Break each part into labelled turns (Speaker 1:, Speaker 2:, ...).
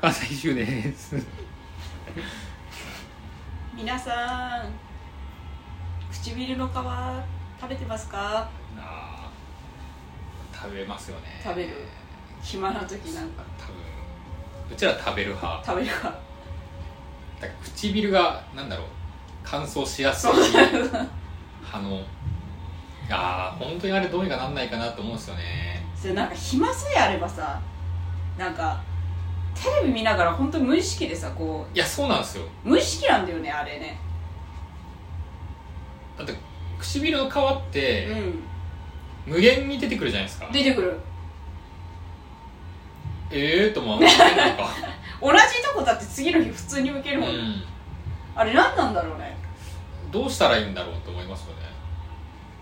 Speaker 1: 朝日修です
Speaker 2: 皆さん唇の皮食べてますか
Speaker 1: あー食べますよね
Speaker 2: 食べる暇な時なんか
Speaker 1: 多分うちら食べる派
Speaker 2: 食べるか
Speaker 1: だから唇がなんだろう乾燥しやすい
Speaker 2: そう
Speaker 1: 派のあー本当にあれどうにかなんないかなと思うんですよね
Speaker 2: それなんか暇さえあればさなんかテレビ見ながら本当無意識でさこ
Speaker 1: いやそうなんですよ
Speaker 2: う無意識なんだよねあれね
Speaker 1: だって唇の皮っ
Speaker 2: う
Speaker 1: て
Speaker 2: ん
Speaker 1: 無限に出てくるじゃないですか、
Speaker 2: 出てくる
Speaker 1: ええー、とも思ってなんか、
Speaker 2: 同じとこだって次の日普通に受け
Speaker 1: う
Speaker 2: るもん、
Speaker 1: ん、
Speaker 2: あれ何なんだろうね
Speaker 1: どうしたらいいんだろうと思いますよ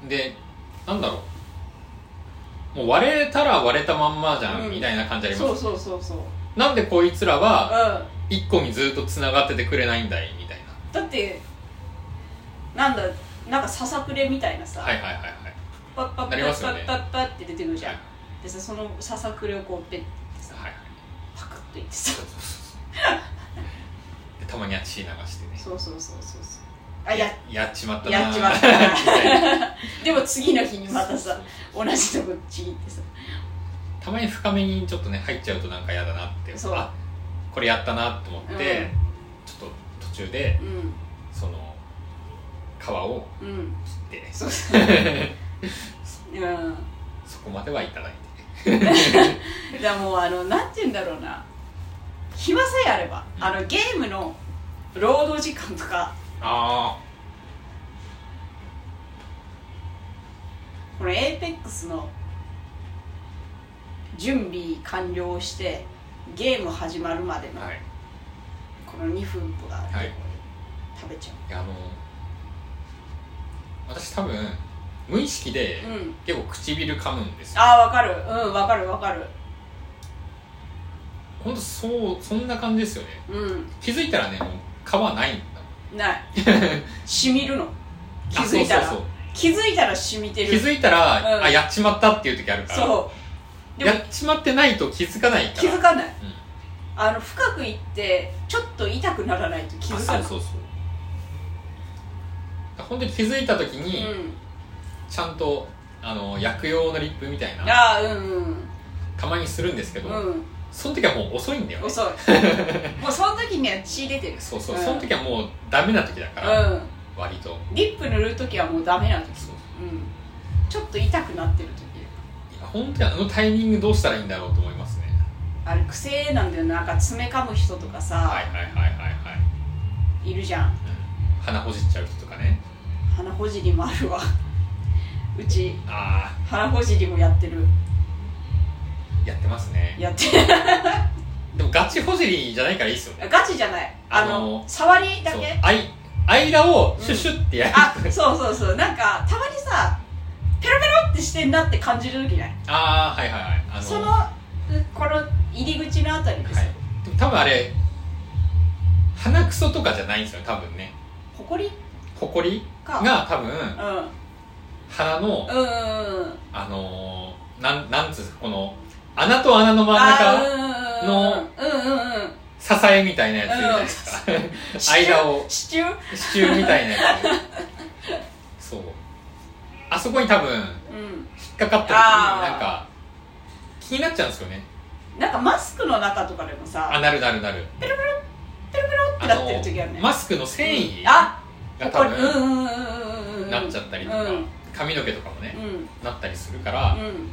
Speaker 1: ねでなんだろうもう割れたら割れたまんまじゃん、
Speaker 2: うん
Speaker 1: みたいな感じあります
Speaker 2: そうそうそうそううん
Speaker 1: なんでこいつらは一個にずっとつながっててくれないんだいみたいな
Speaker 2: だってなんだなんかささくれみたいなさ、
Speaker 1: はいはいはいはい
Speaker 2: パッパッ
Speaker 1: な
Speaker 2: パッ
Speaker 1: り
Speaker 2: パ
Speaker 1: ますよね
Speaker 2: ッパッパッって出てくるじゃ
Speaker 1: は
Speaker 2: ん
Speaker 1: い
Speaker 2: でさそのささくれをこうペッてさ
Speaker 1: はい
Speaker 2: パクッといって さ
Speaker 1: でたまには血流してね
Speaker 2: そうそうそうそうそうあや
Speaker 1: やっちまったな
Speaker 2: やっちまったな
Speaker 1: みたいな
Speaker 2: でも次の日にまたさ
Speaker 1: そう
Speaker 2: 同じとこちぎってさ
Speaker 1: たまに深めにちょっとね入っちゃうとなんか嫌だなって
Speaker 2: そう
Speaker 1: あこれやったなと思って、
Speaker 2: うん
Speaker 1: ちょっと途中で
Speaker 2: うん
Speaker 1: その皮を
Speaker 2: うん
Speaker 1: 切って
Speaker 2: そうそう うんだか
Speaker 1: そこまではいただいて
Speaker 2: らもうあのなんて言うんだろうな暇さえあればあのゲームの労働時間とか
Speaker 1: あ
Speaker 2: このエーペックスの準備完了をしてゲーム始まるまでの
Speaker 1: はい
Speaker 2: この2分とか
Speaker 1: はい
Speaker 2: 食べち
Speaker 1: い
Speaker 2: ゃ
Speaker 1: やあの私多分無意識で
Speaker 2: う、うん
Speaker 1: 結構唇噛むんですよ
Speaker 2: ああわかるうんわかるわかる
Speaker 1: ほんとそうそんな感じですよね
Speaker 2: う
Speaker 1: 気づいたらねもう皮ないんだ
Speaker 2: んない 染みるの気づいたら
Speaker 1: あそうそう
Speaker 2: 気づいたら染みて
Speaker 1: そう気
Speaker 2: る
Speaker 1: づいたら、
Speaker 2: うん
Speaker 1: あやっちまったっていう時あるから
Speaker 2: そうで
Speaker 1: や
Speaker 2: も
Speaker 1: っちまってないと気づかないから
Speaker 2: 気づかない
Speaker 1: うん
Speaker 2: あの深くいってちょっと痛くならないと気づかない
Speaker 1: あそうそうそう本当に気づいた時に、
Speaker 2: うん
Speaker 1: ちゃんとあの薬用のリップみたいな
Speaker 2: ああうんうん
Speaker 1: たまにするんですけど、
Speaker 2: うん
Speaker 1: その時はもう遅いんだよね
Speaker 2: 遅いもうその時には血出てる
Speaker 1: そうそう、
Speaker 2: うん
Speaker 1: その時はもうダメな時だから、
Speaker 2: う
Speaker 1: 割と
Speaker 2: んリップ塗る時はもうダメな時
Speaker 1: そう
Speaker 2: うんちょっと痛くなってる時
Speaker 1: いや本当にあのタイミングどうしたらいいんだろうと思いますね
Speaker 2: あれ癖なんだよなんか爪噛む人とか
Speaker 1: はい
Speaker 2: さ
Speaker 1: はいはいはいはい、
Speaker 2: いるじゃん
Speaker 1: うん、鼻ほじっちゃう人とかね
Speaker 2: 鼻ほじりもあるわうち
Speaker 1: あ
Speaker 2: 鼻ほじりもやってる
Speaker 1: あやってますね
Speaker 2: やって
Speaker 1: でもガチほじりじゃないからいいですよね
Speaker 2: ガチじゃないあの
Speaker 1: あの
Speaker 2: 触りだ
Speaker 1: そう
Speaker 2: け
Speaker 1: あい間をシュッシュってやる、
Speaker 2: あそうそうそうなんかたまにさペロペロってしてんなって感じる時ない
Speaker 1: ああはいはいはいあの
Speaker 2: その
Speaker 1: は
Speaker 2: うこの入り口のあたりです、
Speaker 1: い、でも多分あれ鼻くそとかじゃないんですよ多分ね
Speaker 2: ほこり
Speaker 1: ほこり
Speaker 2: か
Speaker 1: が多
Speaker 2: う
Speaker 1: 分
Speaker 2: ん
Speaker 1: 鼻の
Speaker 2: うんうんうん
Speaker 1: あのー、なんなんつうんですかこの穴と穴の真ん
Speaker 2: あ
Speaker 1: 中
Speaker 2: ーうんうんうんうんうんうん
Speaker 1: 支えみたいなやついるじゃないですか、 間を
Speaker 2: 支柱支
Speaker 1: 支柱みたいなやつそうあそこに多分引
Speaker 2: 柱うん
Speaker 1: っかかった時に
Speaker 2: あー
Speaker 1: なんか気になっちゃうんですよね
Speaker 2: なんかマスクの中とかでも
Speaker 1: あ
Speaker 2: さ
Speaker 1: なるなるなる
Speaker 2: ペロってなってる時あるね
Speaker 1: マスクの繊維が
Speaker 2: あ
Speaker 1: 多
Speaker 2: ほこりうん
Speaker 1: 分
Speaker 2: うんうんうんうんうん
Speaker 1: なっちゃったりとか、
Speaker 2: うん
Speaker 1: 髪の毛とかもね、
Speaker 2: うん
Speaker 1: なったりするから、
Speaker 2: うん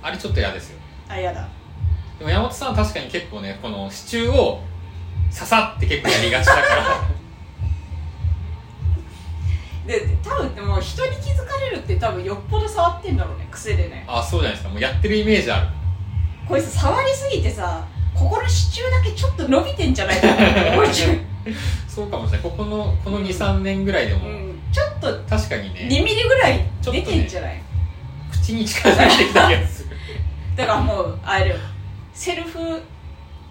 Speaker 1: あれちょっと嫌ですよ
Speaker 2: あやだ
Speaker 1: でも山本さんは確かに結構ねこの支柱を刺さって結構やりがちだから
Speaker 2: で多分でも人に気づかれるって多分よっぽど触ってんだろうね癖でね
Speaker 1: あそうじゃないですかもうやってるイメージある
Speaker 2: こいつ触りすぎてさここの支柱だけちょっと伸びてんじゃないかなこいつ
Speaker 1: そうかもしれないここのこの23年ぐらいで
Speaker 2: う
Speaker 1: も、
Speaker 2: んちょっと
Speaker 1: 確かに
Speaker 2: 2
Speaker 1: ね
Speaker 2: ミリぐらい出てんじゃない、
Speaker 1: 口に近づいてきた気が する
Speaker 2: だからもうあれだよセルフ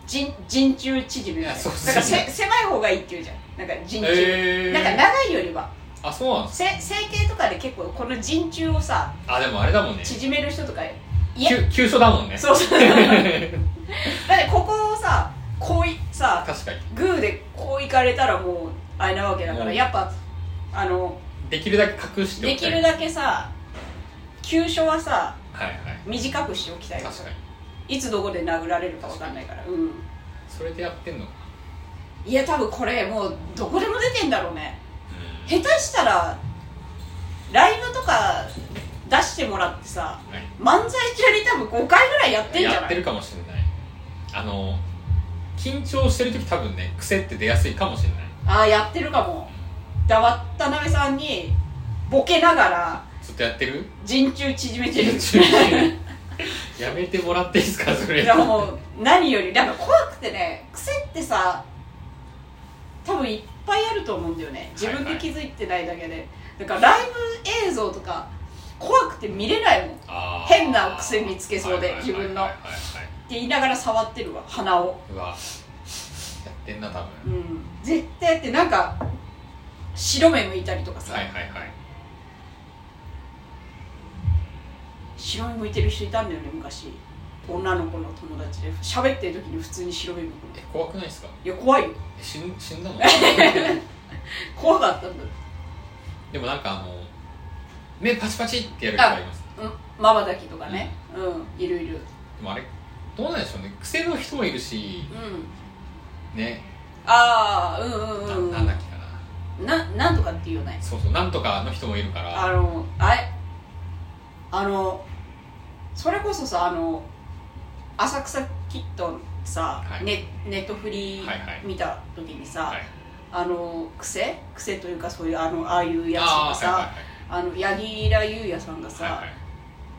Speaker 2: 陣陣中縮めだ
Speaker 1: いやそうそう
Speaker 2: だからせ狭い方がいいって言うじゃんなんか陣中、
Speaker 1: えー、
Speaker 2: なんか長いよりは
Speaker 1: あそうなんです
Speaker 2: せ整形とかで結構この陣中をさ
Speaker 1: あでもあれだもんね
Speaker 2: 縮める人とかいや
Speaker 1: 急 急所だもんね
Speaker 2: そうそう
Speaker 1: 確
Speaker 2: だってここをさこういさ
Speaker 1: 確かに
Speaker 2: グーでこういかれたらもうあれなわけだか
Speaker 1: う
Speaker 2: ら
Speaker 1: ん
Speaker 2: やっぱあの
Speaker 1: できるだけ隠してお
Speaker 2: で
Speaker 1: きた
Speaker 2: き
Speaker 1: い
Speaker 2: るだけさ急所はさ
Speaker 1: はいは
Speaker 2: 短くしておきたい
Speaker 1: い確かに
Speaker 2: いつどこで殴られるか分かんないからうん
Speaker 1: それでやってんのか
Speaker 2: いや多分これもうどこでも出てんだろうね
Speaker 1: う
Speaker 2: 下手したらライブとか出してもらってさ
Speaker 1: んはい
Speaker 2: 漫才中に多分5回ぐらいやってんじゃ
Speaker 1: やっ
Speaker 2: な
Speaker 1: て
Speaker 2: い
Speaker 1: るかもしれないあの緊張してる時多分ね癖って出やすいかもしれない
Speaker 2: ああやってるかもだ渡辺さんにボケながら
Speaker 1: ずっとやって る
Speaker 2: 陣中縮めてる
Speaker 1: 緊張やめてもらっていいですかそれ
Speaker 2: いやもう何よりなんか怖くてね癖ってさ多分いっぱいあると思うんだよね自分で気づいてないだけで、だからライブ映像とか怖くて見れないもんって
Speaker 1: あー
Speaker 2: 変な癖見つけそうで
Speaker 1: はいはいはいはい
Speaker 2: 自分の
Speaker 1: はいはいはい
Speaker 2: 言いながら触ってるわ鼻を
Speaker 1: うわやってんな多分
Speaker 2: うん絶対やってなんか白目向いたりとかさ、
Speaker 1: はいはいはい
Speaker 2: 白目向いてる人いたんだよね昔女の子の友達で喋ってる時に普通に白目向くの
Speaker 1: え怖くないですか
Speaker 2: いや怖いよ
Speaker 1: え死ん死んだ の
Speaker 2: 怖かったんだよ
Speaker 1: でもなんかあの目パチパチってやる人がいます
Speaker 2: まばたきとかねうんいるいる
Speaker 1: でもあれどうなんでしょうね癖の人もいるし
Speaker 2: うん
Speaker 1: ね
Speaker 2: ああうん
Speaker 1: な
Speaker 2: うんうん
Speaker 1: なんだっけかな
Speaker 2: ななんとかっていうよね
Speaker 1: そうそうなんとかの人もいるから
Speaker 2: あのあれあのそれこそさあの浅草キッドさ、
Speaker 1: はい
Speaker 2: ネネットフリ
Speaker 1: はいはい
Speaker 2: ー見た時にさ、
Speaker 1: はい
Speaker 2: あの癖癖というかそういうあのああいうやつと
Speaker 1: あ
Speaker 2: か
Speaker 1: ー
Speaker 2: さ
Speaker 1: は
Speaker 2: あ,、の柳楽優弥さんがさ、
Speaker 1: いはいはいはいはい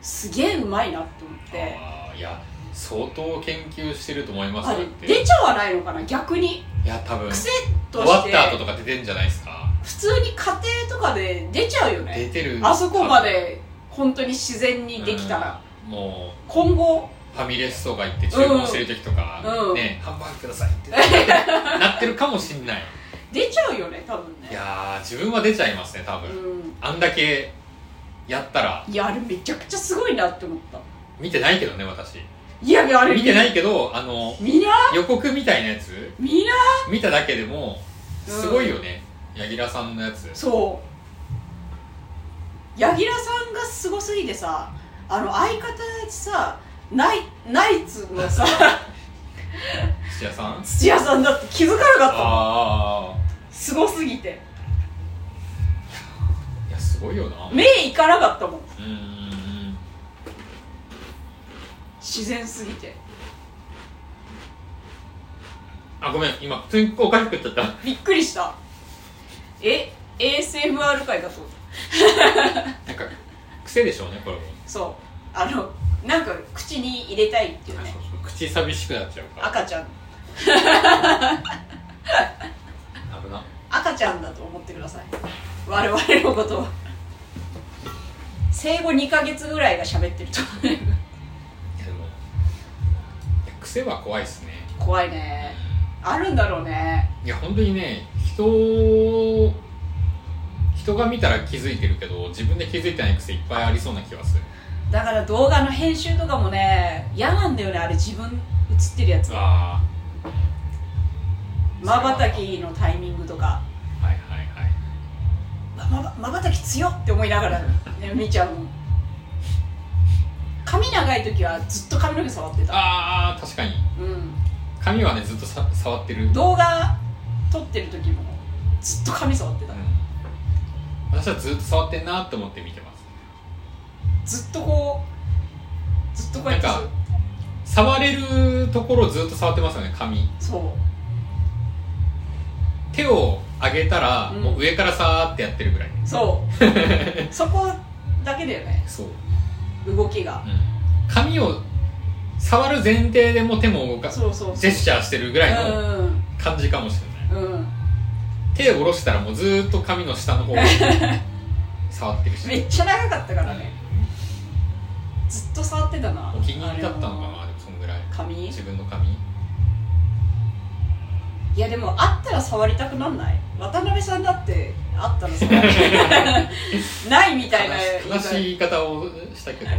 Speaker 2: すげえうまいなって思って
Speaker 1: あーいや相当研究してると思います
Speaker 2: あ
Speaker 1: よだって
Speaker 2: れ出ちゃわないのかな逆に
Speaker 1: いや多分
Speaker 2: 癖
Speaker 1: 終
Speaker 2: と
Speaker 1: わ
Speaker 2: し
Speaker 1: ってた後とか出てんじゃないですか
Speaker 2: 普通に家庭とかで出ちゃうよね
Speaker 1: 出てる
Speaker 2: あそこまで本当に自然にできたら、
Speaker 1: うんも
Speaker 2: 今後
Speaker 1: うファミレスとか行って注文してる時とか、
Speaker 2: うん
Speaker 1: ねハンバーグくださいってなってるかもしんない
Speaker 2: 出ちゃうよね多分ね
Speaker 1: いやー自分は出ちゃいますね多分、
Speaker 2: う
Speaker 1: あんだけやったら
Speaker 2: んいやあれめちゃくちゃすごいなって思った
Speaker 1: 見てないけどね私
Speaker 2: いやいやあれ
Speaker 1: 見てないけどあの
Speaker 2: みな
Speaker 1: 予告みたいなやつ
Speaker 2: みな
Speaker 1: 見ただけでも
Speaker 2: うん
Speaker 1: すごいよね、柳楽さんのやつ
Speaker 2: そう柳楽さんがすごすぎてさあの相方さナイナイツのさ
Speaker 1: 土屋さん
Speaker 2: 土屋さんだって気づかなかっ
Speaker 1: ああ
Speaker 2: たすごすぎて
Speaker 1: いやすごいよな
Speaker 2: 目いかなかったもん
Speaker 1: うんうんうん
Speaker 2: 自然すぎて
Speaker 1: あごめん今普通にこうおかしく言っちゃっ
Speaker 2: びっくりしたえ ASMR 界だそう
Speaker 1: たなんか癖でしょうねこれも
Speaker 2: そうあのなんか口に入れたいっていうね
Speaker 1: 口寂しくなっちゃうから
Speaker 2: 赤ちゃん
Speaker 1: 危な
Speaker 2: 赤ちゃんだと思ってください我々のことは生後2ヶ月ぐらいが喋ってると思
Speaker 1: いやでもいや癖は怖いっすね
Speaker 2: う怖いねあるんだろうね
Speaker 1: いや本当にね人を人が見たら気づいてるけど自分で気づいてない癖いっぱいありそうな気がする
Speaker 2: だから動画の編集とかもね嫌なんだよねあれ自分映ってるやつは
Speaker 1: あ
Speaker 2: まばたきのタイミングとか
Speaker 1: あはいはいはい
Speaker 2: まばまばたき強っって思いなが ら、ね、見ちゃうもん髪長い時はずっと髪の毛触ってた
Speaker 1: ああ確かに
Speaker 2: うん
Speaker 1: 髪はねずっとさ触ってる、うん、
Speaker 2: 動画撮ってる時もずっと髪触ってた
Speaker 1: 私はずっと触ってんなって思って見てます
Speaker 2: ずっとこうずっとこうやって
Speaker 1: なんか触れるところをずっと触ってますよね髪
Speaker 2: そ
Speaker 1: 手を上げたら、
Speaker 2: うん
Speaker 1: もう上からさーってやってるぐらいう
Speaker 2: そう そこだけだよね
Speaker 1: そう
Speaker 2: 動きが
Speaker 1: 髪を触る前提でもう手も動かす
Speaker 2: そうそうそう
Speaker 1: ジェスチャーしてるぐらいの
Speaker 2: うん
Speaker 1: 感じかもしれない
Speaker 2: うん
Speaker 1: 手を下ろしたらもうずーっと髪の下の 方を触ってるし
Speaker 2: めっちゃ長かったからねずっと触ってたな
Speaker 1: お気に入りだったのか
Speaker 2: あ
Speaker 1: なでもそんぐらい
Speaker 2: れも髪い
Speaker 1: 自分の髪
Speaker 2: やでもあったら触りたくなんない渡辺さんだってあったらさ ないみたいな言い
Speaker 1: 悲
Speaker 2: 方
Speaker 1: しい言い方をしたけど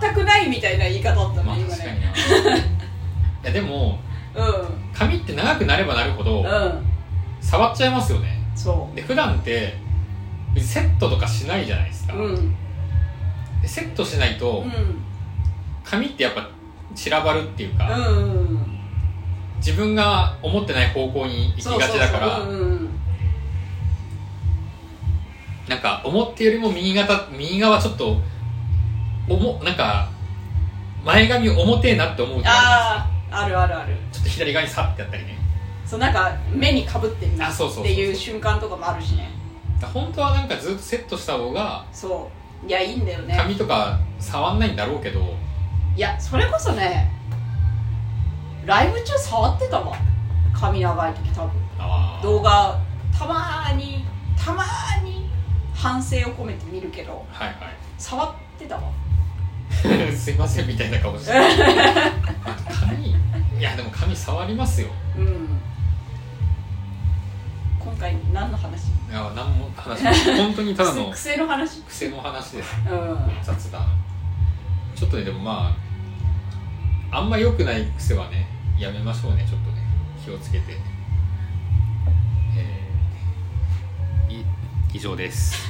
Speaker 2: 全くないみたいな言い方だった
Speaker 1: まあ
Speaker 2: ね今
Speaker 1: 確か
Speaker 2: ね
Speaker 1: になやでも
Speaker 2: う
Speaker 1: 髪って長くなればなるほど
Speaker 2: んうん
Speaker 1: 触っちゃいますよね
Speaker 2: そ
Speaker 1: で普段ってセットとかしないじゃないですか、
Speaker 2: ううん
Speaker 1: でセットしないと
Speaker 2: うん
Speaker 1: 髪ってやっぱ散らばるっていうか、
Speaker 2: うん
Speaker 1: 自分が思ってない方向に行き
Speaker 2: そう
Speaker 1: がちだから
Speaker 2: そうそううん
Speaker 1: なんか思ったよりも右肩右側ちょっとおもなんか前髪重てえなって思う時あ
Speaker 2: あああるあるある
Speaker 1: るじゃないですかちょっと左側にサッてやったりね
Speaker 2: そうなんか目にかぶってるな
Speaker 1: あそうそうそう
Speaker 2: っていう瞬間とかもあるしね
Speaker 1: だから本当はなんかずっとセットした方が
Speaker 2: そういやいいんだよね
Speaker 1: 髪とか触んないんだろうけど、
Speaker 2: いやそれこそねライブ中触ってたわ髪長い時多分
Speaker 1: あー
Speaker 2: 動画たまーにたまーに反省を込めて見るけど
Speaker 1: はい
Speaker 2: 触ってたわ
Speaker 1: はい すいませんみたいな 顔して髪いやでも髪触りますよ
Speaker 2: うん今回何の話
Speaker 1: いや何も話しない本当にただの
Speaker 2: 癖癖の話
Speaker 1: 癖の話です
Speaker 2: うん
Speaker 1: 雑談ちょっとねでもまああんま良くない癖はねやめましょうねちょっとね気をつけて、えーい以上です